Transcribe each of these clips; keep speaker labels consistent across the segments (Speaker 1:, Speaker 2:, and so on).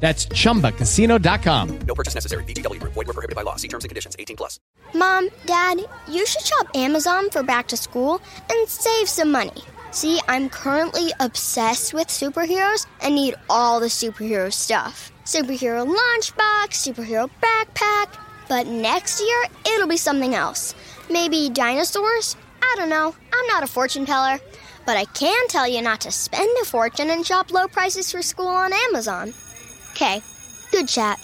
Speaker 1: That's chumbacasino.com.
Speaker 2: No purchase necessary. VGW Group. Void were prohibited by law. See terms and conditions. 18 plus.
Speaker 3: Mom, Dad, you should shop Amazon for back to school and save some money. See, I'm currently obsessed with superheroes and need all the superhero stuff superhero lunchbox, superhero backpack. But next year, it'll be something else. Maybe dinosaurs? I don't know. I'm not a fortune teller. But I can tell you not to spend a fortune and shop low prices for school on Amazon. Okay, good chat.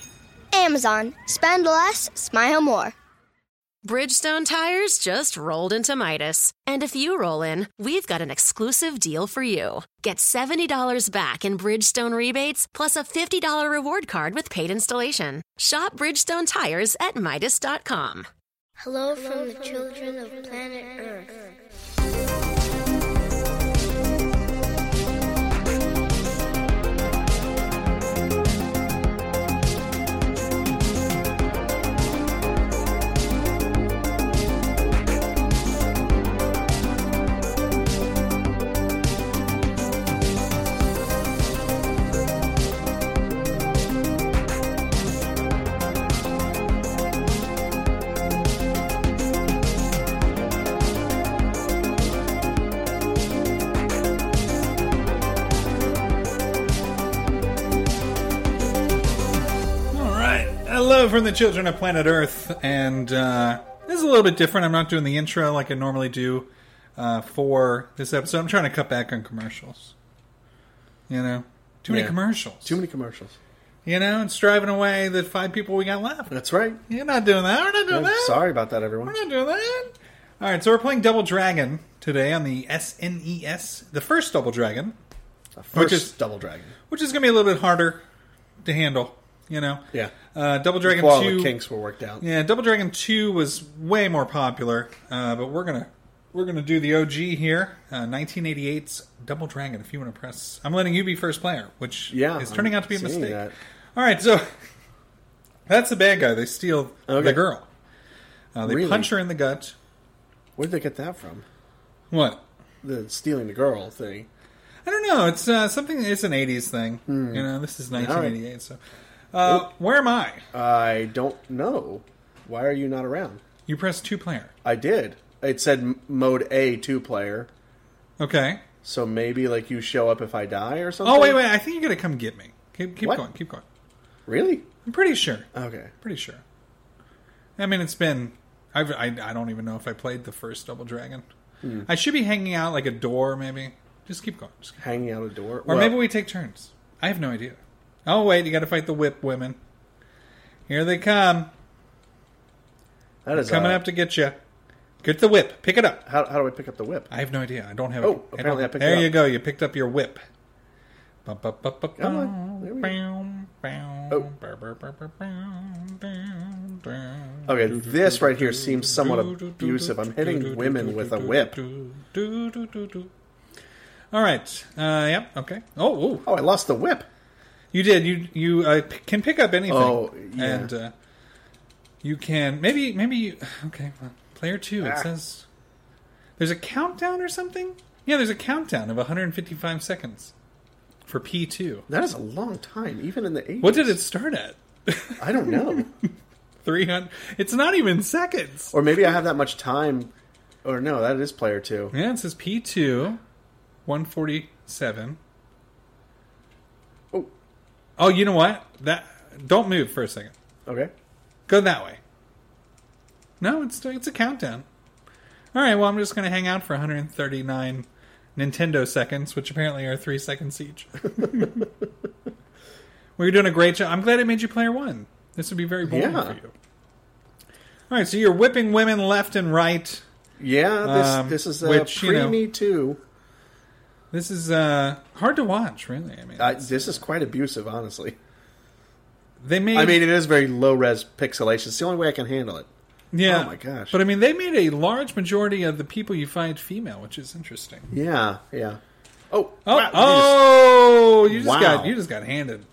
Speaker 3: Amazon, spend less, smile more.
Speaker 4: Bridgestone tires just rolled into Midas. And if you roll in, we've got an exclusive deal for you. Get $70 back in Bridgestone rebates plus a $50 reward card with paid installation. Shop Bridgestone tires at Midas.com.
Speaker 5: Hello from the children of planet Earth.
Speaker 6: All right. Hello from the children of planet Earth. And uh, this is a little bit different. I'm not doing the intro like I normally do uh, for this episode. I'm trying to cut back on commercials. You know, too many
Speaker 7: Yeah.
Speaker 6: commercials.
Speaker 7: Too many commercials.
Speaker 6: You know, it's driving away the five people we got left.
Speaker 7: That's right.
Speaker 6: You're not doing that. We're not doing
Speaker 7: I'm
Speaker 6: that.
Speaker 7: sorry about that, everyone.
Speaker 6: We're not doing that. All right, so we're playing Double Dragon today on the SNES, the first Double Dragon,
Speaker 7: First
Speaker 6: Which is-
Speaker 7: Double Dragon.
Speaker 6: which is going to be a little bit harder to handle. You know,
Speaker 7: Yeah.
Speaker 6: Uh, Double Dragon
Speaker 7: Well,
Speaker 6: Two.
Speaker 7: the kinks were worked out.
Speaker 6: Yeah, Double Dragon Two was way more popular, uh, but we're gonna we're gonna do the OG here, uh, 1988's Double Dragon. If you want to press, I'm letting you be first player, which
Speaker 7: Yeah,
Speaker 6: is turning
Speaker 7: I'm
Speaker 6: out to be a
Speaker 7: seeing
Speaker 6: mistake.
Speaker 7: that.
Speaker 6: All right, so that's the bad guy. They steal the
Speaker 7: Okay.
Speaker 6: girl. Uh, they
Speaker 7: Really?
Speaker 6: punch her in the gut.
Speaker 7: Where'd they get that from?
Speaker 6: What?
Speaker 7: The stealing the girl thing.
Speaker 6: I don't know. It's uh, something. It's an '80s thing.
Speaker 7: Hmm.
Speaker 6: You know, this is 1988. So,
Speaker 7: Oh.
Speaker 6: uh, where am I?
Speaker 7: I don't know. Why are you not around?
Speaker 6: You press two player.
Speaker 7: I did. It said m- mode A two player,
Speaker 6: Okay.
Speaker 7: so maybe like you show up if I die or something.
Speaker 6: Oh wait, wait. I think you gotta come get me. Keep, keep
Speaker 7: What?
Speaker 6: going. Keep going.
Speaker 7: Really?
Speaker 6: I'm pretty sure.
Speaker 7: Okay.
Speaker 6: Pretty sure. I mean, it's been. I've, I I don't even know if I played the first Double Dragon.
Speaker 7: Hmm.
Speaker 6: I should be hanging out like a door, maybe. Just keep going. Just keep-
Speaker 7: Hanging out a door,
Speaker 6: Or maybe we take turns. I have no idea. Oh wait, you got to fight the whip women. Here they come,
Speaker 7: that is
Speaker 6: coming
Speaker 7: uh,
Speaker 6: up to get you. Get the whip. Pick it up.
Speaker 7: How, how do I pick up the whip?
Speaker 6: I have no idea. I don't have.
Speaker 7: Oh,
Speaker 6: I don't-
Speaker 7: apparently I picked
Speaker 6: There
Speaker 7: it
Speaker 6: you
Speaker 7: up.
Speaker 6: go. You picked up your whip. Bum, bum, bum, bum,
Speaker 7: Come
Speaker 6: bum,
Speaker 7: on. There we go.
Speaker 6: bum, bum,
Speaker 7: Oh.
Speaker 6: bum, bum, bum, bum, bum, bum, bum.
Speaker 7: Okay, this right here seems somewhat Oh, abusive. I'm hitting women with a whip.
Speaker 6: All right. Uh, yep. Okay. Oh, ooh.
Speaker 7: Oh, I lost the whip.
Speaker 6: you did. You you uh, p- can pick up anything.
Speaker 7: Oh, yeah.
Speaker 6: And uh, you can maybe maybe you, okay. well, Player two. It
Speaker 7: Ah.
Speaker 6: says there's a countdown or something. Yeah, there's a countdown of 155 seconds for P two.
Speaker 7: That is a long time, even in the 80s.
Speaker 6: What did it start at?
Speaker 7: I don't know.
Speaker 6: 300. It's not even seconds.
Speaker 7: or maybe I have that much time. Or no, that is player two.
Speaker 6: Yeah, it says P2, 147.
Speaker 7: Oh.
Speaker 6: Oh, you know what? That Don't move for a second.
Speaker 7: Okay.
Speaker 6: Go that way. No, it's it's a countdown. All right, well, I'm just going to hang out for 139 Nintendo seconds, which apparently are three seconds each. well, you're doing a great job. I'm glad I made you player one. This would be very boring
Speaker 7: Yeah.
Speaker 6: for you. All right, so you're whipping women left and right.
Speaker 7: Yeah, this
Speaker 6: Um,
Speaker 7: this is uh,
Speaker 6: which, you
Speaker 7: pre
Speaker 6: know-
Speaker 7: Me Too.
Speaker 6: This is uh, hard to watch, really. I mean,
Speaker 7: I, this is quite abusive, honestly.
Speaker 6: they made.
Speaker 7: I mean, it is very low res pixelation. It's the only way I can handle it.
Speaker 6: yeah.
Speaker 7: oh my gosh.
Speaker 6: But I mean, they made a large majority of the people you find female, which is interesting.
Speaker 7: Yeah, yeah. Oh,
Speaker 6: Oh,
Speaker 7: wow, we
Speaker 6: oh, you just
Speaker 7: Wow.
Speaker 6: got you just got handed.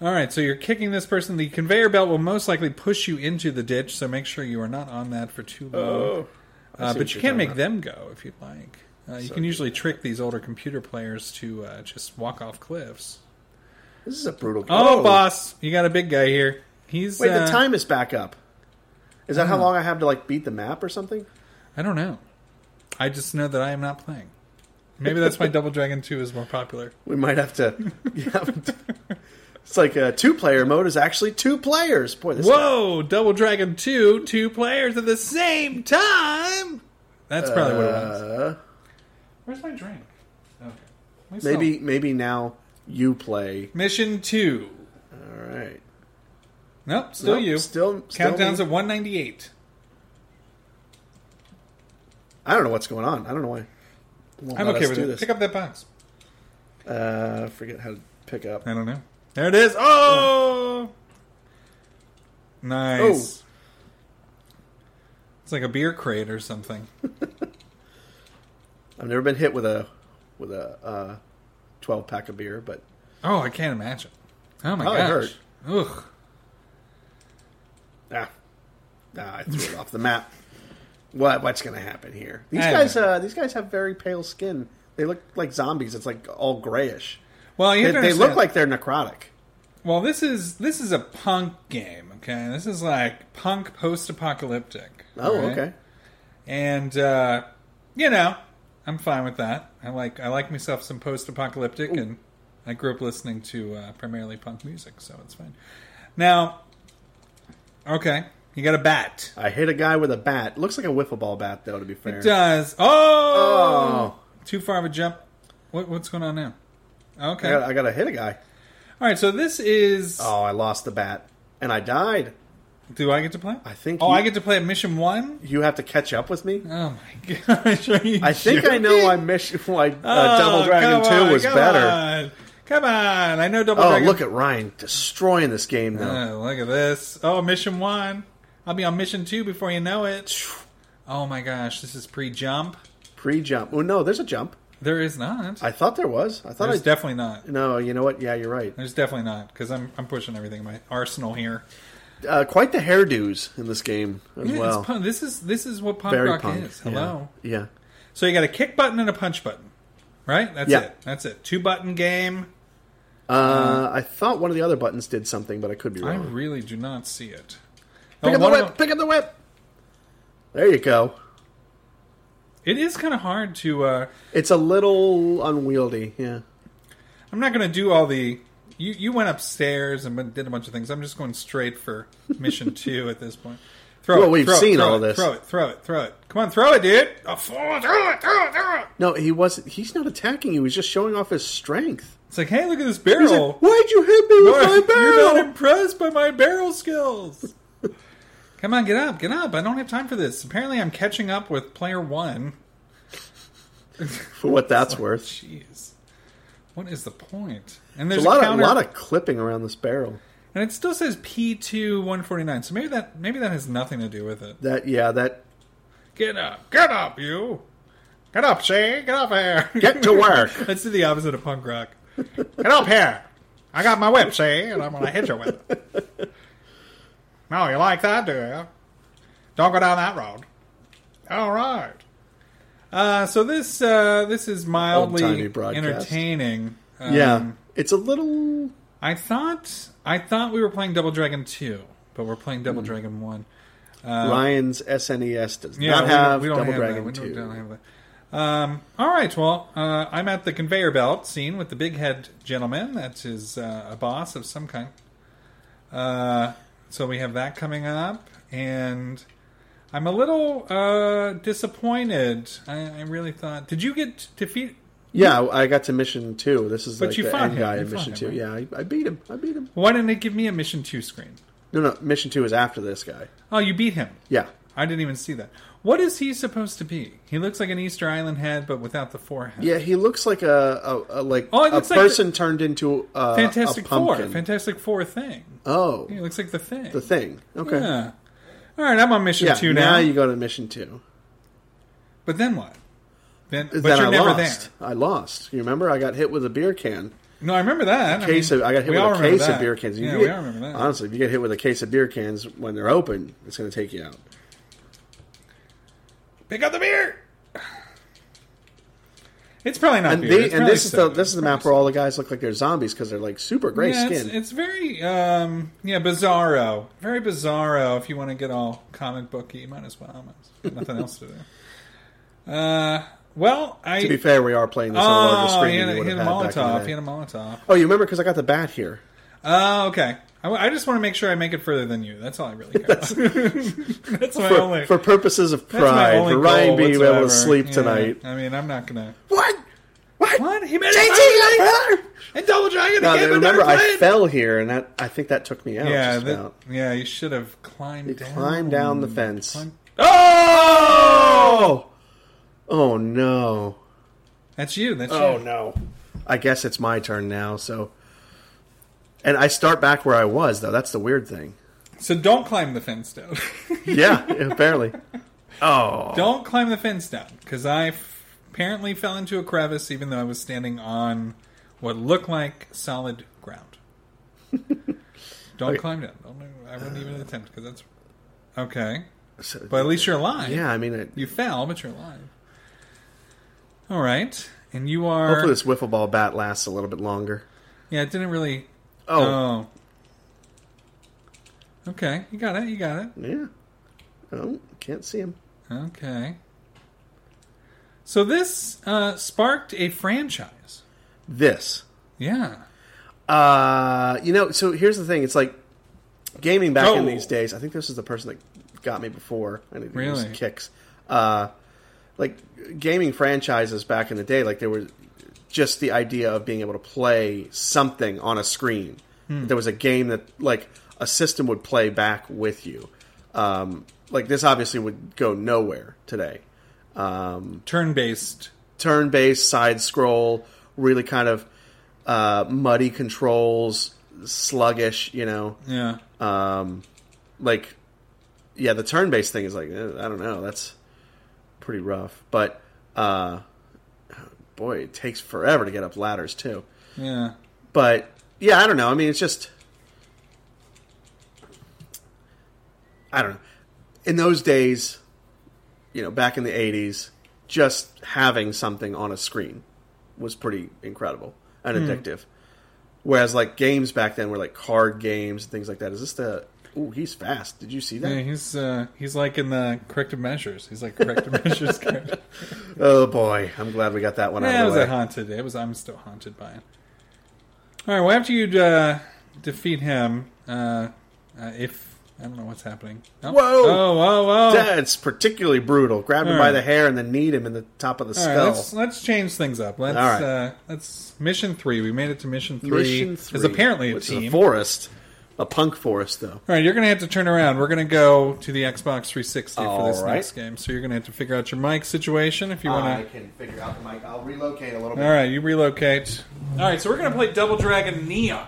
Speaker 6: All right, so you're kicking this person. The conveyor belt will most likely push you into the ditch, so make sure you are not on that for too long.
Speaker 7: Oh, I
Speaker 6: uh,
Speaker 7: see
Speaker 6: but
Speaker 7: what
Speaker 6: you can
Speaker 7: you're talking
Speaker 6: make
Speaker 7: about.
Speaker 6: them go if you'd like. Uh, you can usually trick these older computer players to uh, just walk off cliffs.
Speaker 7: just- This is a brutal.
Speaker 6: Oh, boss, you got a big guy here. He's
Speaker 7: Wait,
Speaker 6: uh,
Speaker 7: the time is back up. Is that how long I have to like beat the map or something?
Speaker 6: I don't know. I just know that I am not playing. Maybe that's why Double Dragon Two is more popular.
Speaker 7: We might have to. yeah, it's like a two-player mode is actually two players. Boy, this
Speaker 6: Whoa, Double Dragon 2, two players at the same time. That's probably what it was.
Speaker 7: Uh,
Speaker 6: Where's my drink? Okay. Let me
Speaker 7: maybe
Speaker 6: sell-
Speaker 7: maybe now you play.
Speaker 6: Mission 2.
Speaker 7: All right.
Speaker 6: Nope, still
Speaker 7: Nope,
Speaker 6: you.
Speaker 7: still- still
Speaker 6: Countdown's
Speaker 7: me.
Speaker 6: at 198.
Speaker 7: I don't know what's going on. I don't know why. Won't
Speaker 6: I'm
Speaker 7: let
Speaker 6: okay
Speaker 7: us
Speaker 6: with
Speaker 7: do
Speaker 6: it.
Speaker 7: this.
Speaker 6: Pick up that box.
Speaker 7: Uh, forget how to pick up.
Speaker 6: I don't know. There it is. Oh! Nice. It's like a beer crate or something.
Speaker 7: I've never been hit with a with a uh, twelve pack of beer, but
Speaker 6: Oh, I can't imagine. Oh my
Speaker 7: Oh, it
Speaker 6: gosh.
Speaker 7: hurt.
Speaker 6: Ugh.
Speaker 7: ah, ah I threw it off the map. What what's going to happen here? These
Speaker 6: I don't
Speaker 7: guys
Speaker 6: know.
Speaker 7: uh, these guys have very pale skin. They look like zombies. It's like all grayish.
Speaker 6: Well, you
Speaker 7: They,
Speaker 6: have to
Speaker 7: they look
Speaker 6: understand-
Speaker 7: like they're necrotic.
Speaker 6: Well, this is this is a punk game, okay? This is like punk post-apocalyptic.
Speaker 7: Oh,
Speaker 6: right?
Speaker 7: okay.
Speaker 6: And uh, you know, I'm fine with that. I like I like myself some post-apocalyptic, and I grew up listening to uh, primarily punk music, so it's fine. Now, okay, you got a bat.
Speaker 7: I hit a guy with a bat. Looks like a wiffle ball bat, though. To be fair,
Speaker 6: It does. Oh,
Speaker 7: oh,
Speaker 6: too far of a jump. What, what's going on now?
Speaker 7: I
Speaker 6: Okay.
Speaker 7: got, I got to hit a guy.
Speaker 6: All right. So this is.
Speaker 7: Oh, I lost the bat and I died.
Speaker 6: Do I get to play?
Speaker 7: I think
Speaker 6: Oh,
Speaker 7: you-
Speaker 6: I get to play at mission one.
Speaker 7: You have to catch up with me.
Speaker 6: Oh my gosh! Are you
Speaker 7: I think I
Speaker 6: joking?
Speaker 7: know why Mission why uh,
Speaker 6: Oh,
Speaker 7: Double Dragon
Speaker 6: come on,
Speaker 7: Two was
Speaker 6: come
Speaker 7: better.
Speaker 6: on. Come on! I know Double
Speaker 7: Oh,
Speaker 6: Dragon.
Speaker 7: look at Ryan destroying this game now.
Speaker 6: Oh, look at this! Oh, mission one. I'll be on mission two before you know it. Oh my gosh! This is pre-jump.
Speaker 7: Pre jump. Oh no, there's a jump.
Speaker 6: There is not.
Speaker 7: I thought there was. I thought
Speaker 6: There's
Speaker 7: I.
Speaker 6: definitely not.
Speaker 7: no, you know what? Yeah, you're right.
Speaker 6: There's definitely not because I'm I'm pushing everything in my arsenal here.
Speaker 7: Uh, quite the hairdos in this game as
Speaker 6: Yeah,
Speaker 7: well.
Speaker 6: it's punk. This is this is what punk
Speaker 7: Very
Speaker 6: rock
Speaker 7: punk.
Speaker 6: is. Hello.
Speaker 7: Yeah. yeah.
Speaker 6: So you got a kick button and a punch button, right? That's
Speaker 7: Yeah.
Speaker 6: it. That's it. Two button game.
Speaker 7: Uh, I thought one of the other buttons did something, but I could be
Speaker 6: I
Speaker 7: wrong.
Speaker 6: really do not see it.
Speaker 7: Pick
Speaker 6: Oh,
Speaker 7: up the
Speaker 6: one of
Speaker 7: whip! Pick up the whip! There you go.
Speaker 6: It is kind of hard to. Uh,
Speaker 7: It's a little unwieldy. Yeah.
Speaker 6: I'm not going to do all the. You you went upstairs and did a bunch of things. I'm just going straight for mission two at this point. Throw
Speaker 7: Well,
Speaker 6: it.
Speaker 7: we've
Speaker 6: throw it,
Speaker 7: seen
Speaker 6: throw
Speaker 7: all
Speaker 6: it,
Speaker 7: this.
Speaker 6: Throw it. Throw it. Throw it. Come on, throw it, dude. Oh, throw it. Throw it. Throw it. Throw it.
Speaker 7: No, he wasn't. He's not attacking you. He's just showing off his strength.
Speaker 6: It's like, hey, look at this
Speaker 7: He's
Speaker 6: barrel.
Speaker 7: like, Why'd you hit me with my
Speaker 6: You're- You're not
Speaker 7: barrel?
Speaker 6: impressed by my barrel skills. Come on, get up, get up. I don't have time for this. Apparently, I'm catching up with player one.
Speaker 7: For what that's worth.
Speaker 6: Jeez, what is the point? And
Speaker 7: There's
Speaker 6: there's
Speaker 7: a lot of
Speaker 6: counter-
Speaker 7: lot of clipping around this barrel.
Speaker 6: and it still says P two 149. So maybe that maybe that has nothing to do with it.
Speaker 7: That yeah. That
Speaker 6: Get up, get up, you. Get up, Shay. Get up here.
Speaker 7: get to work.
Speaker 6: Let's do the opposite of punk rock. Get up here. I got my whip, see, and I'm going to hit you with it. No, you like that, do you? Don't go down that road. All right. Uh, so this uh, this is
Speaker 7: Old-timey
Speaker 6: mildly
Speaker 7: broadcast.
Speaker 6: entertaining. Um,
Speaker 7: yeah, it's a little
Speaker 6: I thought I thought we were playing Double Dragon two, but we're playing Double Dragon one.
Speaker 7: Ryan's SNES does
Speaker 6: uh, Yeah,
Speaker 7: not
Speaker 6: we don't-
Speaker 7: have
Speaker 6: we don't,
Speaker 7: Double
Speaker 6: have
Speaker 7: Dragon
Speaker 6: that. We
Speaker 7: Two.
Speaker 6: don't, don't have that. Um, all right, well, uh, I'm at the conveyor belt scene with the big head gentleman. That is uh, a boss of some kind. Uh, so we have that coming up, and I'm a little uh, disappointed. I, I really thought. Did you get defeat?
Speaker 7: Yeah, I got to mission two. This is
Speaker 6: But
Speaker 7: like
Speaker 6: you
Speaker 7: the
Speaker 6: fought
Speaker 7: end
Speaker 6: him.
Speaker 7: guy
Speaker 6: You
Speaker 7: in
Speaker 6: fought
Speaker 7: mission
Speaker 6: him,
Speaker 7: two.
Speaker 6: right?
Speaker 7: Yeah, I, I beat him. I beat him.
Speaker 6: Why didn't it give me a mission two screen?
Speaker 7: No, no, mission two is after this guy.
Speaker 6: Oh, you beat him.
Speaker 7: Yeah,
Speaker 6: I didn't even see that. What is he supposed to be? He looks like an Easter Island head, but without the forehead.
Speaker 7: yeah, he looks like a, a, a like
Speaker 6: Oh, he
Speaker 7: a
Speaker 6: looks like
Speaker 7: person turned into a
Speaker 6: Fantastic
Speaker 7: a
Speaker 6: Four.
Speaker 7: pumpkin.
Speaker 6: Fantastic Four thing.
Speaker 7: oh,
Speaker 6: He looks like the thing.
Speaker 7: the thing. Okay, yeah,
Speaker 6: Yeah. All right, I'm on mission two now.
Speaker 7: now. you go to mission two.
Speaker 6: But then what? Then, but
Speaker 7: then
Speaker 6: you're
Speaker 7: I
Speaker 6: never
Speaker 7: lost.
Speaker 6: there.
Speaker 7: I lost. You remember? I got hit with a beer can.
Speaker 6: No, I remember that.
Speaker 7: Case
Speaker 6: I, mean,
Speaker 7: of, I got hit
Speaker 6: we all
Speaker 7: with a
Speaker 6: remember
Speaker 7: case
Speaker 6: that.
Speaker 7: of beer cans. You
Speaker 6: yeah,
Speaker 7: get-
Speaker 6: we all remember that.
Speaker 7: Honestly, if you get hit with a case of beer cans when they're open, it's going to take you out.
Speaker 6: Pick up the beer. It's probably not
Speaker 7: And,
Speaker 6: beer.
Speaker 7: they-
Speaker 6: It's
Speaker 7: and
Speaker 6: probably
Speaker 7: this is the
Speaker 6: soda.
Speaker 7: this is the map where all the guys look like they're zombies because they're like super gray
Speaker 6: yeah,
Speaker 7: skin.
Speaker 6: It's, it's very um, yeah bizarro, very bizarro. If you want to get all comic booky, you might as well. Might as well. Nothing else to do. Uh, well, I
Speaker 7: to be fair, we are playing this on a larger
Speaker 6: oh,
Speaker 7: screen.
Speaker 6: he
Speaker 7: than
Speaker 6: had, a-
Speaker 7: you
Speaker 6: he
Speaker 7: would
Speaker 6: had a
Speaker 7: have had back in the
Speaker 6: Molotov.
Speaker 7: day.
Speaker 6: He had a Molotov.
Speaker 7: Oh, you remember because I got the bat here.
Speaker 6: Oh, okay. I, I just want to make sure I make it further than you. That's all I really care about. that's my only.
Speaker 7: For, for purposes of
Speaker 6: that's my
Speaker 7: pride,
Speaker 6: only
Speaker 7: for Ryan
Speaker 6: goal
Speaker 7: being able
Speaker 6: whatsoever.
Speaker 7: to sleep
Speaker 6: Yeah,
Speaker 7: tonight.
Speaker 6: I mean, I'm not gonna.
Speaker 7: What? What?
Speaker 6: What? He
Speaker 7: He
Speaker 6: made it
Speaker 7: JT,
Speaker 6: further! And Double Dragon
Speaker 7: No,
Speaker 6: again.
Speaker 7: then
Speaker 6: but never
Speaker 7: remember I
Speaker 6: played!
Speaker 7: fell here, and that I think that took me out.
Speaker 6: Yeah,
Speaker 7: just
Speaker 6: that-
Speaker 7: about.
Speaker 6: yeah. You should have climbed down.
Speaker 7: Climb down the fence.
Speaker 6: Climb-
Speaker 7: Oh! Oh no!
Speaker 6: That's you. That's you.
Speaker 7: no! I guess it's my turn now. So, and I start back where I was though. That's the weird thing.
Speaker 6: So don't climb the fence down.
Speaker 7: Yeah, apparently. Oh,
Speaker 6: don't climb the fence down because I f- apparently fell into a crevice even though I was standing on what looked like solid ground. don't climb down. Don't, I wouldn't
Speaker 7: Uh.
Speaker 6: even attempt because that's okay.
Speaker 7: So-
Speaker 6: But at least you're alive.
Speaker 7: yeah. I mean, it,
Speaker 6: you fell, but you're alive. All right, and you are.
Speaker 7: hopefully this wiffle ball bat lasts a little bit longer.
Speaker 6: Yeah, it didn't really.
Speaker 7: Oh,
Speaker 6: Oh. Okay, you got it. You got it.
Speaker 7: yeah. Oh, can't see him.
Speaker 6: Okay. So this uh, sparked a franchise.
Speaker 7: This.
Speaker 6: Yeah.
Speaker 7: Uh, you know, so here's the thing. It's like gaming back in
Speaker 6: Oh.
Speaker 7: these days. I think this is the person that got me before. I need to use
Speaker 6: Really?
Speaker 7: kicks. Uh, like gaming franchises back in the day, like there were just the idea of being able to play something on a screen.
Speaker 6: Hmm.
Speaker 7: There was a game that like a system would play back with you. Um, like this obviously would go nowhere today. Um,
Speaker 6: Turn based.
Speaker 7: turn based side scroll, really kind of uh, muddy controls, sluggish, you know.
Speaker 6: Yeah.
Speaker 7: Um, like, yeah, the turn based thing is like, eh, I don't know, that's pretty rough. But, uh, boy, it takes forever to get up ladders, too.
Speaker 6: Yeah.
Speaker 7: But, yeah, I don't know. I mean, it's just. I don't know. In those days, you know, back in the 80s, just having something on a screen was pretty incredible and
Speaker 6: Hmm.
Speaker 7: addictive. Whereas, like, games back then were like card games and things like that. Is this the. Ooh, he's fast. Did you see that?
Speaker 6: Yeah, he's uh, he's like in the corrective measures. He's like corrective measures. character.
Speaker 7: Oh, boy. I'm glad we got that one
Speaker 6: Yeah, it
Speaker 7: out of
Speaker 6: was
Speaker 7: the way.
Speaker 6: a haunted. It was. I'm still haunted by it. All right. Well, after you uh, defeat him, uh, uh, if I don't know what's happening. Oh,
Speaker 7: Whoa!
Speaker 6: Oh! Whoa! Whoa!
Speaker 7: That's particularly brutal. Grab him
Speaker 6: All
Speaker 7: by
Speaker 6: right.
Speaker 7: the hair and then knead him in the top of the
Speaker 6: All right,
Speaker 7: skull.
Speaker 6: let's let's change things up. Let's
Speaker 7: All right.
Speaker 6: uh, let's mission three. We made it to mission three.
Speaker 7: Mission
Speaker 6: There's apparently a
Speaker 7: which is
Speaker 6: team.
Speaker 7: forest, a punk forest though.
Speaker 6: All right, you're going to have to turn around. We're going to go to the Xbox 360 for
Speaker 7: All
Speaker 6: this
Speaker 7: right.
Speaker 6: next game. So you're going to have to figure out your mic situation if you want to.
Speaker 7: can figure out the mic. I'll relocate a little
Speaker 6: All right, you relocate. All right, so we're going to play Double Dragon Neon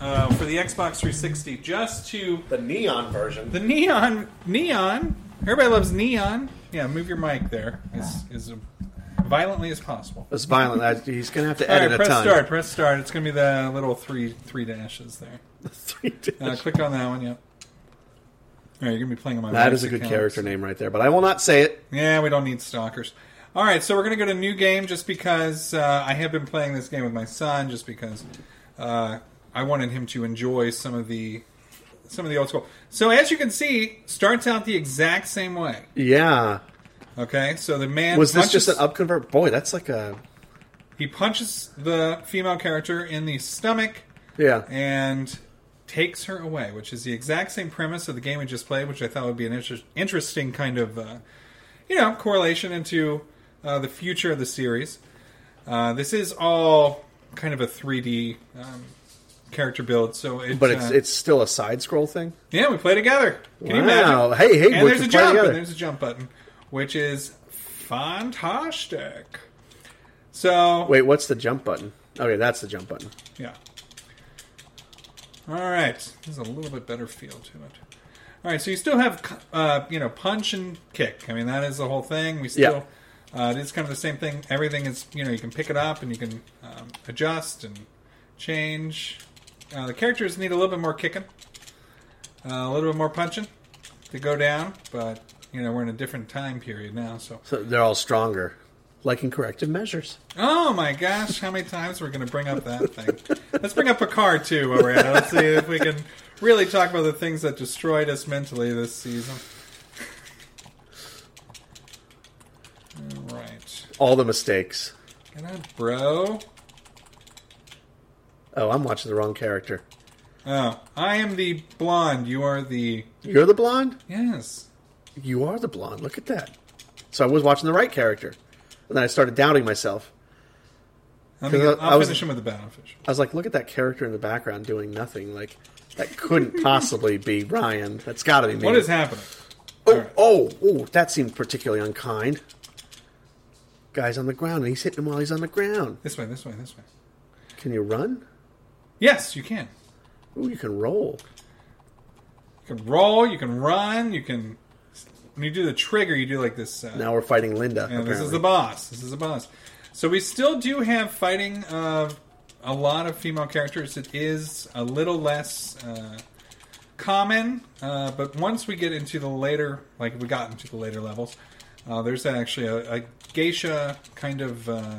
Speaker 6: uh, for the Xbox 360 just to
Speaker 7: The neon version.
Speaker 6: the neon neon. Everybody loves neon. Yeah, move your mic there as, as violently as possible.
Speaker 7: That's violent. I, he's gonna have to
Speaker 6: All
Speaker 7: edit
Speaker 6: right,
Speaker 7: a
Speaker 6: press
Speaker 7: ton.
Speaker 6: start. Press start. It's going to be the little three three dashes there.
Speaker 7: Three
Speaker 6: Uh,
Speaker 7: dash.
Speaker 6: click on that one. Yep. All right, you're going to be playing on my.
Speaker 7: that
Speaker 6: wife's
Speaker 7: is a good
Speaker 6: account.
Speaker 7: character name right there, but I will not say it.
Speaker 6: Yeah, we don't need stalkers. All right, so we're going to go to new game just because uh, I have been playing this game with my son, just because uh, I wanted him to enjoy some of the some of the old school. So as you can see, starts out the exact same way.
Speaker 7: Yeah.
Speaker 6: Okay, so the man
Speaker 7: Was this
Speaker 6: punches-
Speaker 7: just an upconvert? Boy, that's like a
Speaker 6: He punches the female character in the stomach,
Speaker 7: yeah.
Speaker 6: and takes her away, which is the exact same premise of the game we just played, which I thought would be an inter- interesting kind of, uh, you know, correlation into uh, the future of the series. Uh, this is all kind of a 3D um, character build, so it,
Speaker 7: But it's
Speaker 6: uh,
Speaker 7: it's still a side scroll thing.
Speaker 6: yeah, we play together. Can you
Speaker 7: Wow.
Speaker 6: imagine?
Speaker 7: Hey, hey,
Speaker 6: and
Speaker 7: we
Speaker 6: there's
Speaker 7: can
Speaker 6: a
Speaker 7: play
Speaker 6: jump,
Speaker 7: together.
Speaker 6: and there's a jump button, which is fantastic. So
Speaker 7: Wait, what's the jump button? Okay, that's the jump button.
Speaker 6: yeah. All right, there's a little bit better feel to it. All right, so you still have uh, you know punch and kick. I mean that is the whole thing. We still uh, it is kind of the same thing. Everything is you know you can pick it up and you can um, adjust and change. Uh, the characters need a little bit more kicking, uh, a little bit more punching to go down. But you know we're in a different time period now, so
Speaker 7: So they're all stronger, like in corrective measures.
Speaker 6: Oh my gosh, how many times we're going to bring up that thing? Let's bring up Picard too while we're at it. Let's see if we can really talk about the things that destroyed us mentally this season. All right,
Speaker 7: All the mistakes.
Speaker 6: get out, bro.
Speaker 7: Oh, I'm watching the wrong character.
Speaker 6: Oh, I am the blonde. You are the
Speaker 7: You're the blonde.
Speaker 6: yes.
Speaker 7: You are the blonde. Look at that. So I was watching the right character, and then I started doubting myself.
Speaker 6: I mean,
Speaker 7: 'Cause I-
Speaker 6: I'll
Speaker 7: I was-
Speaker 6: finish him with the battlefish.
Speaker 7: I was like, look at that character in the background doing nothing. Like that couldn't possibly be Ryan. That's got to be me.
Speaker 6: What is happening?
Speaker 7: Oh, oh, oh, that seemed particularly unkind. Guy's on the ground, and he's hitting him while he's on the ground.
Speaker 6: This way, this way, this way.
Speaker 7: Can you run?
Speaker 6: Yes, you can.
Speaker 7: Ooh, you can roll.
Speaker 6: You can roll. You can run. You can. When you do the trigger, you do like this. Uh,
Speaker 7: Now we're fighting Linda.
Speaker 6: Yeah, this is
Speaker 7: apparently.
Speaker 6: the boss. This is the boss. So we still do have fighting of a lot of female characters. It is a little less uh, common, uh, but once we get into the later, like we got into the later levels, uh, there's actually a, a geisha kind of uh,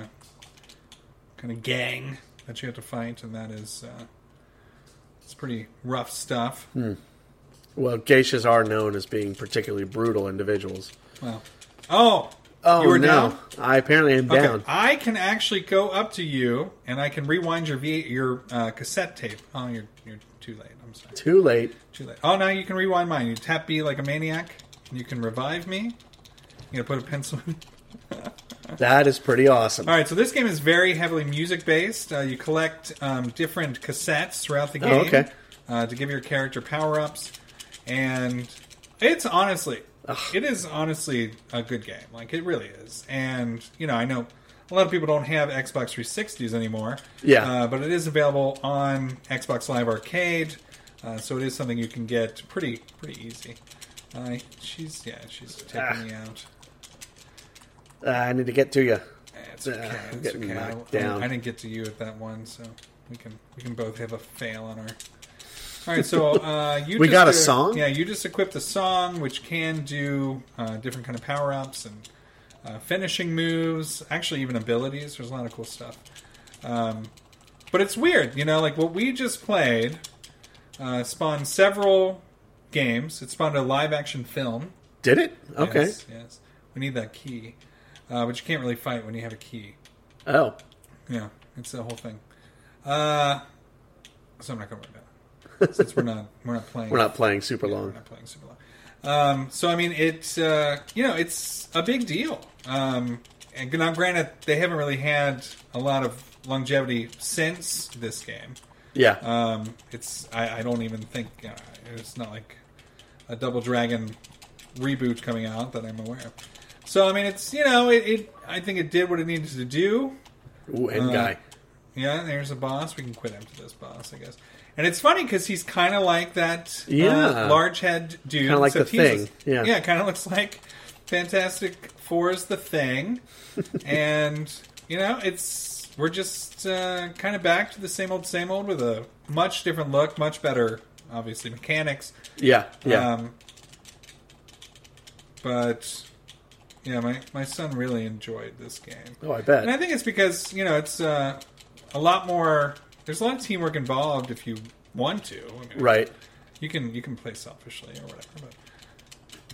Speaker 6: kind of gang that you have to fight, and that is uh, it's pretty rough stuff.
Speaker 7: Hmm. Well, geishas are known as being particularly brutal individuals.
Speaker 6: Well, oh,
Speaker 7: Oh
Speaker 6: you were
Speaker 7: no!
Speaker 6: down.
Speaker 7: I apparently am
Speaker 6: Okay,
Speaker 7: down.
Speaker 6: I can actually go up to you and I can rewind your v- your uh, cassette tape. Oh, you're you're too late. I'm sorry.
Speaker 7: Too late.
Speaker 6: Too late. Oh, now you can rewind mine. You tap B like a maniac. And you can revive me. You gonna put a pencil in?
Speaker 7: That is pretty awesome.
Speaker 6: All right. So this game is very heavily music based. Uh, you collect um, different cassettes throughout the game
Speaker 7: Oh, okay.
Speaker 6: uh, to give your character power ups, and it's honestly, it is honestly a good game. Like it really is. And you know, I know a lot of people don't have Xbox 360s anymore.
Speaker 7: Yeah.
Speaker 6: uh, but it is available on Xbox Live Arcade, uh, so it is something you can get pretty pretty easy. Uh, she's yeah, she's taking
Speaker 7: Ah.
Speaker 6: me out.
Speaker 7: Uh, I need to get to you.
Speaker 6: It's okay.
Speaker 7: I'm
Speaker 6: it's
Speaker 7: getting
Speaker 6: okay.
Speaker 7: knocked
Speaker 6: I- I-
Speaker 7: down.
Speaker 6: I didn't get to you at that one, so we can we can both have a fail on our. All right, so uh, you
Speaker 7: We
Speaker 6: just,
Speaker 7: got a
Speaker 6: uh,
Speaker 7: song?
Speaker 6: Yeah, you just equipped a song, which can do uh, different kind of power ups and uh, finishing moves. Actually, even abilities. There's a lot of cool stuff. Um, but it's weird, you know, like what we just played uh, spawned several games. It spawned a live action film.
Speaker 7: Did it? Okay.
Speaker 6: Yes, yes. We need that key, uh, but you can't really fight when you have a key.
Speaker 7: Oh,
Speaker 6: Yeah, it's the whole thing. Uh, so I'm not going to worry about it since we're not we're not playing.
Speaker 7: we're not playing super
Speaker 6: we're
Speaker 7: long.
Speaker 6: not playing super long. Um, so I mean, it's uh, you know, it's a big deal. Um, and now, granted, they haven't really had a lot of longevity since this game.
Speaker 7: Yeah.
Speaker 6: Um, it's I, I don't even think uh, it's not like a Double Dragon reboot coming out that I'm aware of. So I mean, it's you know, it, it I think it did what it needed to do.
Speaker 7: Ooh,
Speaker 6: Uh,
Speaker 7: end guy.
Speaker 6: Yeah, there's a boss. We can quit after this boss, I guess. And it's funny because he's kind of like that uh,
Speaker 7: Yeah.
Speaker 6: large head dude.
Speaker 7: Kinda like
Speaker 6: except
Speaker 7: the
Speaker 6: he's-
Speaker 7: Thing, yeah.
Speaker 6: yeah, kind of looks like Fantastic Four's the thing. and, you know, it's we're just uh, kind of back to the same old, same old with a much different look, much better, obviously, mechanics.
Speaker 7: Yeah. Yeah.
Speaker 6: Um, but, yeah, my, my son really enjoyed this game.
Speaker 7: oh, I
Speaker 6: And I
Speaker 7: bet.
Speaker 6: think it's because you know it's uh, a lot more. There's a lot of teamwork involved if you want to. I mean,
Speaker 7: Right.
Speaker 6: You can you can play selfishly or whatever, but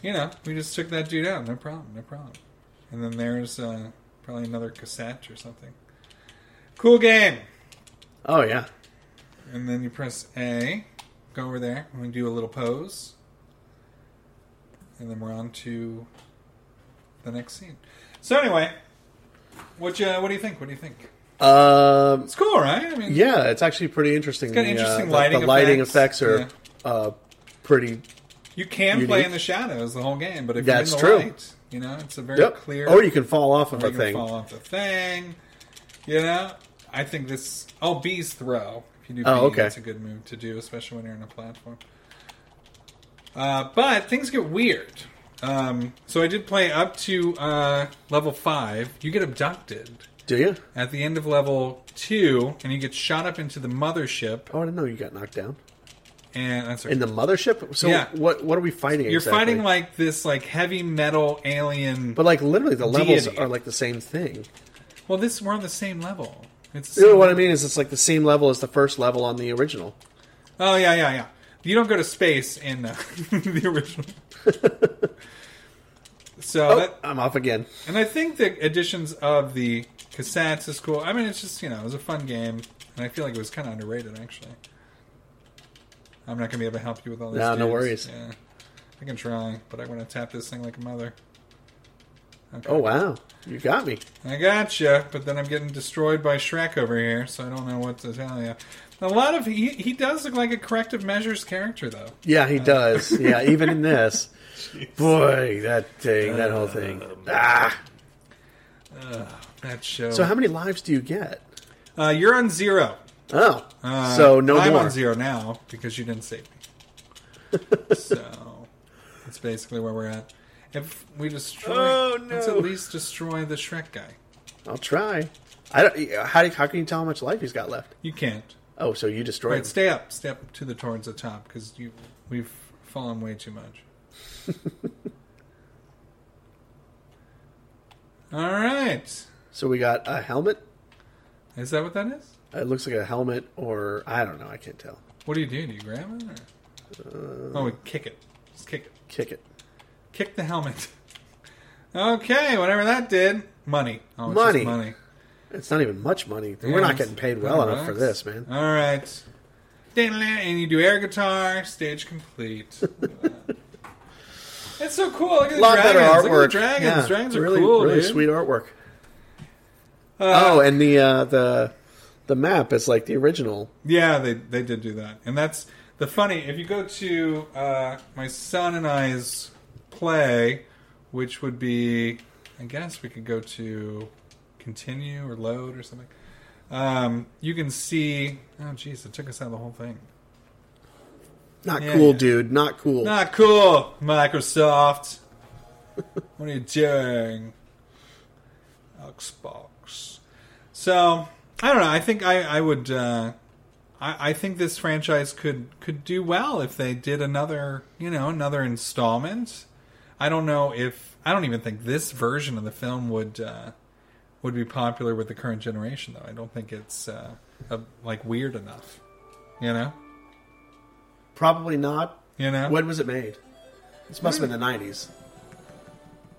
Speaker 6: you know we just took that dude out. No problem. No problem. And then there's uh, probably another cassette or something. Cool game.
Speaker 7: Oh yeah.
Speaker 6: And then you press A. Go over there and we do a little pose. And then we're on to the next scene. So anyway, what you, what do you think? What do you think?
Speaker 7: Um,
Speaker 6: It's cool, right? I mean,
Speaker 7: yeah, it's actually pretty interesting.
Speaker 6: got interesting
Speaker 7: the,
Speaker 6: lighting
Speaker 7: the lighting
Speaker 6: effects.
Speaker 7: effects, are uh, pretty.
Speaker 6: you can play
Speaker 7: unique.
Speaker 6: in the shadows the whole game, but if
Speaker 7: That's
Speaker 6: you're in the
Speaker 7: true.
Speaker 6: light, you know, it's a very
Speaker 7: Yep.
Speaker 6: clear.
Speaker 7: Or you can fall off of
Speaker 6: or
Speaker 7: a
Speaker 6: you can
Speaker 7: thing.
Speaker 6: fall off the thing. You know, I think this. Oh, bees throw. If you do,
Speaker 7: Oh,
Speaker 6: bee,
Speaker 7: okay.
Speaker 6: that's a good move to do, especially when you're on a platform. Uh, but things get weird. Um, so I did play up to uh, level five. You get abducted
Speaker 7: Do you?
Speaker 6: at the end of level two, and you get shot up into the mothership.
Speaker 7: Oh, I didn't know you got knocked down
Speaker 6: And that's
Speaker 7: in the mothership. So
Speaker 6: Yeah.
Speaker 7: what? What are we fighting?
Speaker 6: you're
Speaker 7: exactly?
Speaker 6: fighting like this, like heavy metal alien.
Speaker 7: But like literally, the levels
Speaker 6: Deity.
Speaker 7: are like the same thing.
Speaker 6: well, this we're on the same level. It's the
Speaker 7: You know
Speaker 6: same
Speaker 7: what I mean? Is it's like the same level as the first level on the original.
Speaker 6: Oh yeah, yeah, yeah. You don't go to space in uh, the original. so, that,
Speaker 7: Oh, I'm off again.
Speaker 6: and I think the additions of the cassettes is cool. I mean, it's just you know, it was a fun game, and I feel like it was kind of underrated actually. I'm not gonna be able to help you with all this.
Speaker 7: No, no worries.
Speaker 6: Yeah, I can try, but I'm gonna tap this thing like a mother. Okay.
Speaker 7: Oh wow, you got me.
Speaker 6: I gotcha, but then I'm getting destroyed by Shrek over here, so I don't know what to tell you. A lot of he, he does look like a corrective measures character though.
Speaker 7: Yeah, he does. Yeah, even in this. Boy, that thing, that
Speaker 6: Uh,
Speaker 7: whole thing. Ah.
Speaker 6: That show.
Speaker 7: So how many lives do you get?
Speaker 6: Uh, you're on zero.
Speaker 7: Oh,
Speaker 6: Uh,
Speaker 7: so no
Speaker 6: I'm
Speaker 7: more.
Speaker 6: on zero now because you didn't save me. so that's basically where we're at. If we destroy,
Speaker 7: Oh, no.
Speaker 6: let's at least destroy the Shrek guy.
Speaker 7: I'll try. I don't. How, do- how can you tell how much life he's got left?
Speaker 6: You can't.
Speaker 7: Oh, so you destroyed.
Speaker 6: Right,
Speaker 7: him.
Speaker 6: stay up, stay up to the towards the top because you we've fallen way too much. All right,
Speaker 7: So we got a helmet.
Speaker 6: is that what that is?
Speaker 7: It looks like a helmet, or I don't know. I can't tell.
Speaker 6: What do you do? Do you grab it? Or? oh, we kick it. Just kick it.
Speaker 7: Kick it.
Speaker 6: Kick the helmet. Okay, whatever that did. Money. Oh, it's
Speaker 7: Money.
Speaker 6: Just money.
Speaker 7: It's not even much money.
Speaker 6: Yeah,
Speaker 7: We're not
Speaker 6: it's
Speaker 7: getting paid
Speaker 6: 100
Speaker 7: well enough for
Speaker 6: bucks.
Speaker 7: this, man.
Speaker 6: All right. And you do air guitar, stage complete. It's so cool. Look at the
Speaker 7: A lot
Speaker 6: dragons.
Speaker 7: better
Speaker 6: Look at the
Speaker 7: artwork.
Speaker 6: dragons.
Speaker 7: Yeah,
Speaker 6: Dragons are
Speaker 7: really,
Speaker 6: cool,
Speaker 7: really
Speaker 6: dude.
Speaker 7: sweet artwork. oh, and the uh, the the map is like the original.
Speaker 6: Yeah, they they did do that, and that's the funny. If you go to uh, my son and I's play, which would be, I guess we could go to continue or load or something. Um, you can see. Oh, jeez, it took us out of the whole thing.
Speaker 7: Not
Speaker 6: Yeah,
Speaker 7: cool,
Speaker 6: yeah.
Speaker 7: dude. Not cool.
Speaker 6: Not cool, Microsoft. what are you doing? Xbox. So I don't know. I think I, I would. Uh, I, I think this franchise could could do well if they did another, you know, another installment. I don't know if I don't even think this version of the film would uh, would be popular with the current generation, though. I don't think it's uh, uh like weird enough, you know.
Speaker 7: Probably not.
Speaker 6: You know,
Speaker 7: When was it made? This must have been the nineties.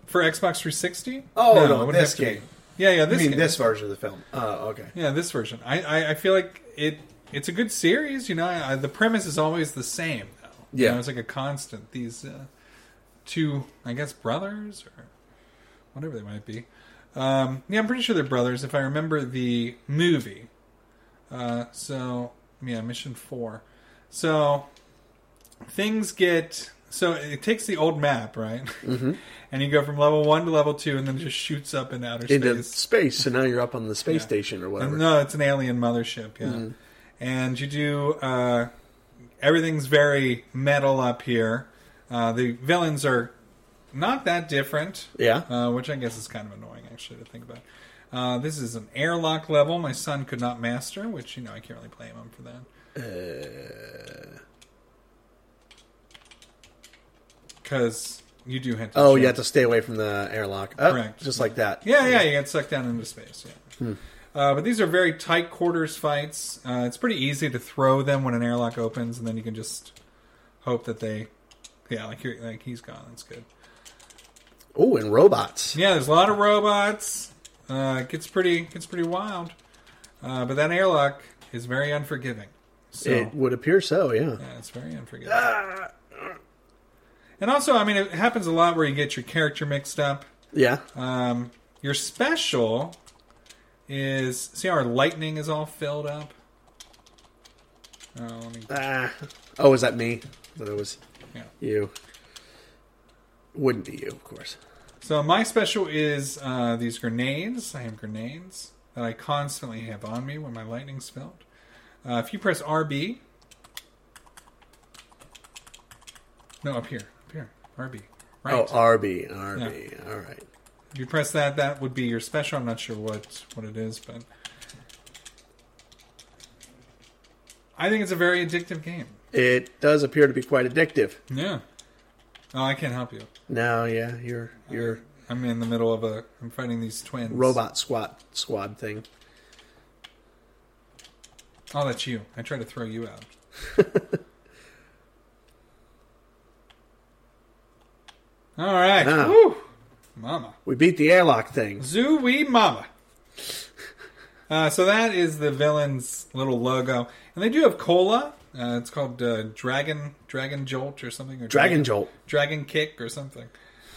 Speaker 6: For Xbox 360?
Speaker 7: Oh, no,
Speaker 6: it would
Speaker 7: this
Speaker 6: have to be-
Speaker 7: game.
Speaker 6: Yeah, yeah,
Speaker 7: I
Speaker 6: this
Speaker 7: mean,
Speaker 6: game.
Speaker 7: this version of the film. Oh, okay.
Speaker 6: Yeah, this version. I, I, I feel like it. It's a good series, you know. I, I- the premise is always the same, though. You
Speaker 7: Yeah.
Speaker 6: know, it's like a constant. These uh, two, I guess, brothers or whatever they might be. Um, yeah, I'm pretty sure they're brothers if I remember the movie. Uh, so yeah, mission four. So things get so it takes the old map, right? Mm-hmm. and you go from level one to level two, and then just shoots up in outer
Speaker 7: Into
Speaker 6: space.
Speaker 7: space, so now you're up on the space station or whatever. Mm-hmm.
Speaker 6: No, it's an alien mothership, yeah. And you do uh, everything's very metal up here. Uh, the villains are not that different.
Speaker 7: Yeah.
Speaker 6: Uh, which I guess is kind of annoying actually to think about. Uh, this is an airlock level my son could not master, which you know I can't really blame him for that.
Speaker 7: Uh.
Speaker 6: Because you do have to.
Speaker 7: oh, you
Speaker 6: check.
Speaker 7: have to stay away from the airlock. Oh,
Speaker 6: Correct.
Speaker 7: Just like that.
Speaker 6: Yeah, yeah, you get sucked down into space. Yeah. Uh, but these are very tight quarters fights. Uh, it's pretty easy to throw them when an airlock opens, and then you can just hope that they, yeah, like you're, like he's gone. That's good.
Speaker 7: Oh, and robots.
Speaker 6: Yeah, there's a lot of robots. Uh, it gets pretty gets pretty wild. Uh, but that airlock is very unforgiving. So
Speaker 7: It would appear so, yeah.
Speaker 6: yeah, it's very unforgiving. And also, I mean, it happens a lot where you get your character mixed up.
Speaker 7: Yeah.
Speaker 6: Um, your special is see how our lightning is all filled up. Oh, let me
Speaker 7: Ah. oh, is that me? That it was
Speaker 6: Yeah.
Speaker 7: you. Wouldn't be you, of course.
Speaker 6: So my special is uh, these grenades. I have grenades that I constantly have on me when my lightning's filled. Uh, if you press RB, no, up here, up here, RB, right?
Speaker 7: Oh, RB, RB. All right.
Speaker 6: If you press that, that would be your special. I'm not sure what what it is, but I think it's a very addictive game.
Speaker 7: It does appear to be quite addictive.
Speaker 6: Yeah. Oh, I can't help you.
Speaker 7: Now, yeah, you're you're
Speaker 6: I'm in the middle of a. I'm fighting these twins.
Speaker 7: robot squad squad thing.
Speaker 6: Oh, that's you. I tried to throw you out. All right.
Speaker 7: Ah.
Speaker 6: Woo. Mama.
Speaker 7: We beat the airlock thing.
Speaker 6: Zoo wee mama. Uh, so that is the villain's little logo. And they do have cola. Uh, it's called uh, Dragon Dragon Jolt or something. Or
Speaker 7: Dragon Jolt.
Speaker 6: Dragon Kick or something.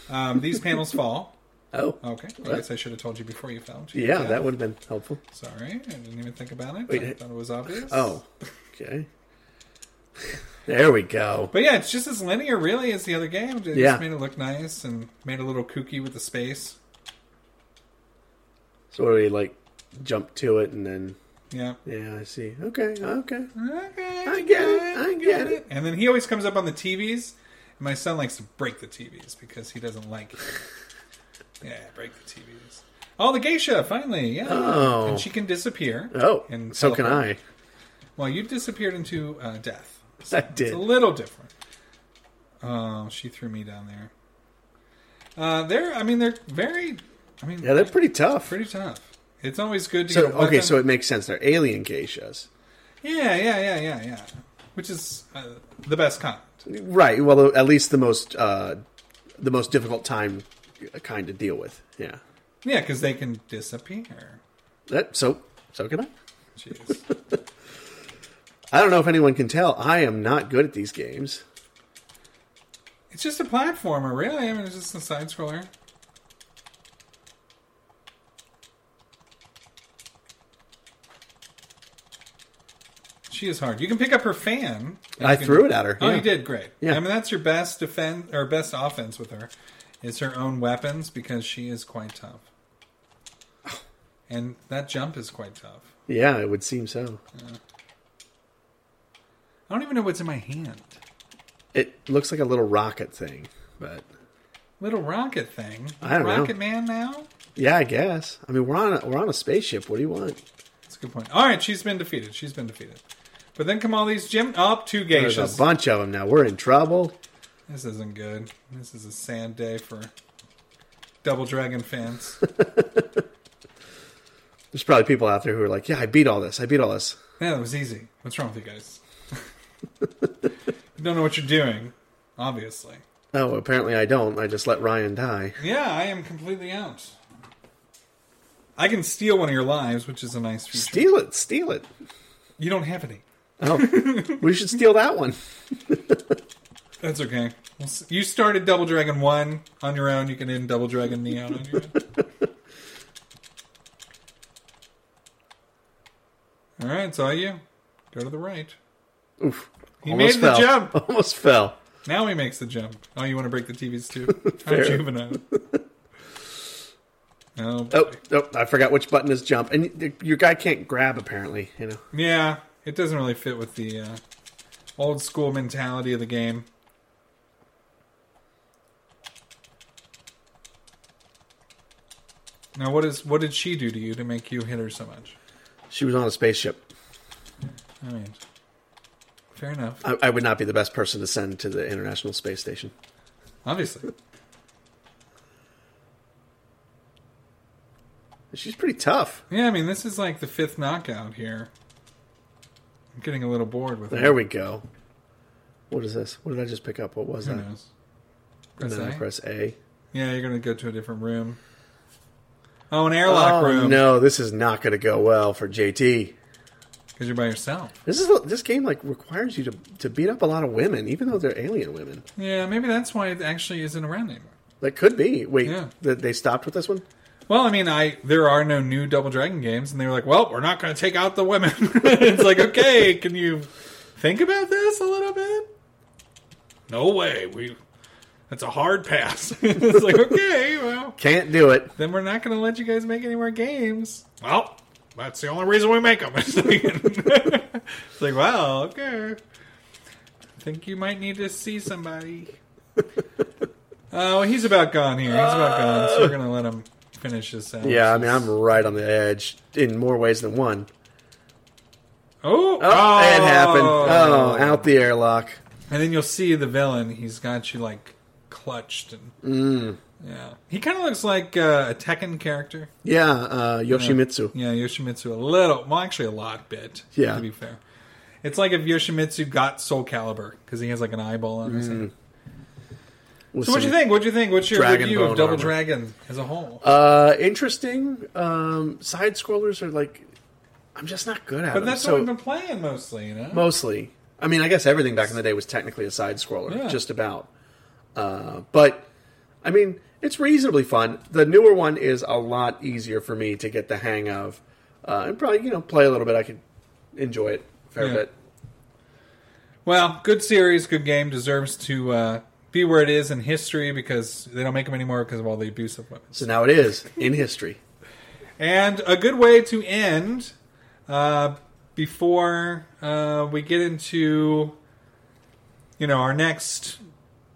Speaker 6: Um, these panels fall.
Speaker 7: Oh.
Speaker 6: Okay. I guess I should have told you before you fell.
Speaker 7: Yeah, that would have been helpful.
Speaker 6: Sorry. I didn't even think about it. I
Speaker 7: Wait.
Speaker 6: thought it was obvious.
Speaker 7: Oh. Okay. There we go.
Speaker 6: But yeah, it's just as linear, really, as the other game. It
Speaker 7: Yeah.
Speaker 6: just made it look nice and made it a little kooky with the space.
Speaker 7: So what do we like jump to it and then
Speaker 6: Yeah.
Speaker 7: yeah, I see. Okay, okay.
Speaker 6: Mm-hmm. Okay,
Speaker 7: I get it. I get it.
Speaker 6: And then he always comes up on the TVs. And my son likes to break the TVs because he doesn't like it. yeah, break the TVs. Oh, the geisha, finally. Yeah.
Speaker 7: Oh.
Speaker 6: And she can disappear.
Speaker 7: Oh,
Speaker 6: And
Speaker 7: so can I.
Speaker 6: teleport. Well, you disappeared into uh, death.
Speaker 7: I
Speaker 6: It's
Speaker 7: did.
Speaker 6: a little different. Oh, she threw me down there. Uh, they're, I mean, they're very, I mean,
Speaker 7: Yeah, they're pretty tough.
Speaker 6: pretty tough. It's always good to
Speaker 7: So
Speaker 6: get a weapon.
Speaker 7: okay, so it makes sense. They're alien geishas,
Speaker 6: yeah, yeah, yeah, yeah, yeah. Which is uh, the best kind.
Speaker 7: right? Well, at least the most uh, the most difficult time kind to deal with. Yeah.
Speaker 6: Yeah, because they can disappear.
Speaker 7: That so so can I.
Speaker 6: Jeez.
Speaker 7: I don't know if anyone can tell. I am not good at these games.
Speaker 6: it's just a platformer, really. I mean, it's just a side scroller. She is hard. You can pick up her fan. and
Speaker 7: I
Speaker 6: you can-
Speaker 7: threw it at her,
Speaker 6: Oh,
Speaker 7: yeah.
Speaker 6: you did great.
Speaker 7: Yeah.
Speaker 6: I mean, that's your best defense or best offense with her is her own weapons because she is quite tough. And that jump is quite tough.
Speaker 7: Yeah, it would seem so.
Speaker 6: I don't even know what's in my hand.
Speaker 7: It looks like a little rocket thing, but
Speaker 6: little rocket thing.
Speaker 7: I don't know.
Speaker 6: rocket Man now?
Speaker 7: yeah, I guess. I mean, we're on a, we're on a spaceship. What do you want?
Speaker 6: That's a good point. All right, she's been defeated. She's been defeated. But then come all these gym up two
Speaker 7: There's
Speaker 6: geishas.
Speaker 7: a bunch of them now. We're in trouble.
Speaker 6: This isn't good. This is a sad day for Double Dragon fans.
Speaker 7: There's probably people out there who are like, "Yeah, I beat all this. I beat all this."
Speaker 6: yeah, that was easy. What's wrong with you guys? you don't know what you're doing, obviously.
Speaker 7: Oh, apparently I don't. I just let Ryan die.
Speaker 6: Yeah, I am completely out. I can steal one of your lives, which is a nice feature.
Speaker 7: Steal it. Steal it.
Speaker 6: You don't have any.
Speaker 7: Oh, we should steal that one.
Speaker 6: That's okay. We'll s- You started Double Dragon 1 on your own. You can end Double Dragon Neon on your own. All right, it's all you. Go to the right.
Speaker 7: Oof.
Speaker 6: He made the
Speaker 7: fell.
Speaker 6: jump.
Speaker 7: Almost fell.
Speaker 6: Now he makes the jump. Oh, you want to break the TVs too? How juvenile. Oh,
Speaker 7: Oh, oh, I forgot which button is jump. And y- your guy can't grab, apparently, you know.
Speaker 6: yeah. It doesn't really fit with the uh, old school mentality of the game. Now, what is what did she do to you to make you hit her so much?
Speaker 7: She was on a spaceship.
Speaker 6: I mean, fair enough.
Speaker 7: I, I would not be the best person to send to the International Space Station.
Speaker 6: Obviously.
Speaker 7: She's pretty tough.
Speaker 6: Yeah, I mean, this is like the fifth knockout here. I'm getting a little bored with
Speaker 7: There
Speaker 6: it.
Speaker 7: we go. What is this? What did I just pick up? What was
Speaker 6: Who
Speaker 7: that?
Speaker 6: knows?
Speaker 7: And
Speaker 6: Press
Speaker 7: then I
Speaker 6: A.
Speaker 7: press A.
Speaker 6: Yeah, you're gonna go to a different room. Oh, an airlock
Speaker 7: oh,
Speaker 6: room.
Speaker 7: no, this is not going to go well for JT.
Speaker 6: because you're by yourself.
Speaker 7: This is this game like requires you to, to beat up a lot of women, even though they're alien women.
Speaker 6: Yeah, maybe that's why it actually isn't around anymore.
Speaker 7: That could be. Wait,
Speaker 6: Yeah.
Speaker 7: that they stopped with this one?
Speaker 6: Well, I mean, I there are no new Double Dragon games, and they were like, "Well, we're not going to take out the women." it's like, okay, can you think about this a little bit? No way. We that's a hard pass. it's like, okay, well,
Speaker 7: Can't do it.
Speaker 6: then we're not going to let you guys make any more games. Well, that's the only reason we make them. it's like, wow, okay. I think you might need to see somebody. Oh, he's about gone here. He's about gone, so we're going to let him finish this out.
Speaker 7: Yeah, I mean, I'm right on the edge in more ways than one.
Speaker 6: Oh,
Speaker 7: Oh, it happened. Oh, out the airlock.
Speaker 6: And then you'll see the villain. He's got you, like, clutched. and
Speaker 7: Mm.
Speaker 6: Yeah. He kind of looks like uh, a Tekken character.
Speaker 7: Yeah, uh, Yoshimitsu.
Speaker 6: Yeah, Yoshimitsu a little, well, actually a lot bit.
Speaker 7: Yeah.
Speaker 6: to be fair, it's like if Yoshimitsu got Soul Calibur because he has like an eyeball on his head.
Speaker 7: With
Speaker 6: So what do you
Speaker 7: some-
Speaker 6: think? What do you think? What's your
Speaker 7: Mm, Dragon
Speaker 6: review of
Speaker 7: bone
Speaker 6: Double
Speaker 7: armor.
Speaker 6: Dragon as a whole?
Speaker 7: Uh, interesting. Um, side scrollers are like, I'm just not good at
Speaker 6: but
Speaker 7: them.
Speaker 6: that's
Speaker 7: so
Speaker 6: what we've been playing mostly, you know.
Speaker 7: mostly, I mean, I guess everything back in the day was technically a side scroller,
Speaker 6: Yeah.
Speaker 7: just about. Uh, but I mean, it's reasonably fun. The newer one is a lot easier for me to get the hang of, uh, and probably you know play a little bit. I could enjoy it a fair
Speaker 6: Yeah.
Speaker 7: bit.
Speaker 6: Well, good series, good game, deserves to uh, be where it is in history because they don't make them anymore because of all the abuse of women.
Speaker 7: So now it is in history.
Speaker 6: And a good way to end uh, before uh, we get into you know our next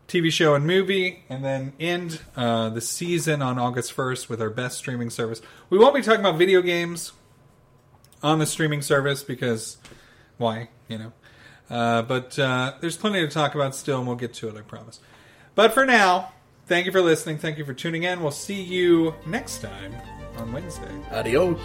Speaker 6: TV show and movie, and then end uh, the season on August first with our best streaming service. We won't be talking about video games on the streaming service because why you know. Uh, but uh, there's plenty to talk about still, and we'll get to it, I promise. But for now, thank you for listening. Thank you for tuning in. We'll see you next time on Wednesday.
Speaker 7: Adios.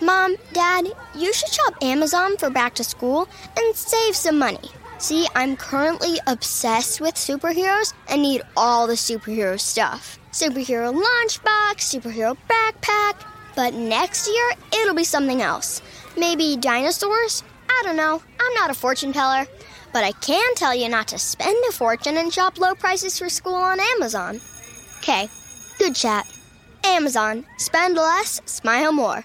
Speaker 3: Mom, Dad, you should shop Amazon for back to school and save some money. See, I'm currently obsessed with superheroes and need all the superhero stuff superhero lunchbox, superhero backpack. But next year, it'll be something else. Maybe dinosaurs? I don't know. I'm not a fortune teller. But I can tell you not to spend a fortune and shop low prices for school on Amazon. Okay, good chat. Amazon. Spend less, smile more.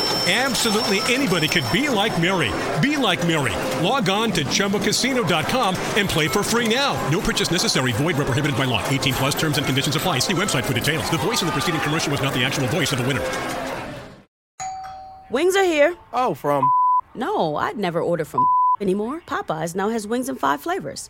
Speaker 8: Absolutely anybody could be like Mary. Be like Mary. Log on to ChumboCasino.com and play for free now. No purchase necessary. Void where prohibited by law. 18 plus terms and conditions apply. See website for details. The voice in the preceding commercial was not the actual voice of the winner.
Speaker 9: Wings are here.
Speaker 7: Oh, from
Speaker 9: No, I'd never order from anymore. Popeyes now has wings in five flavors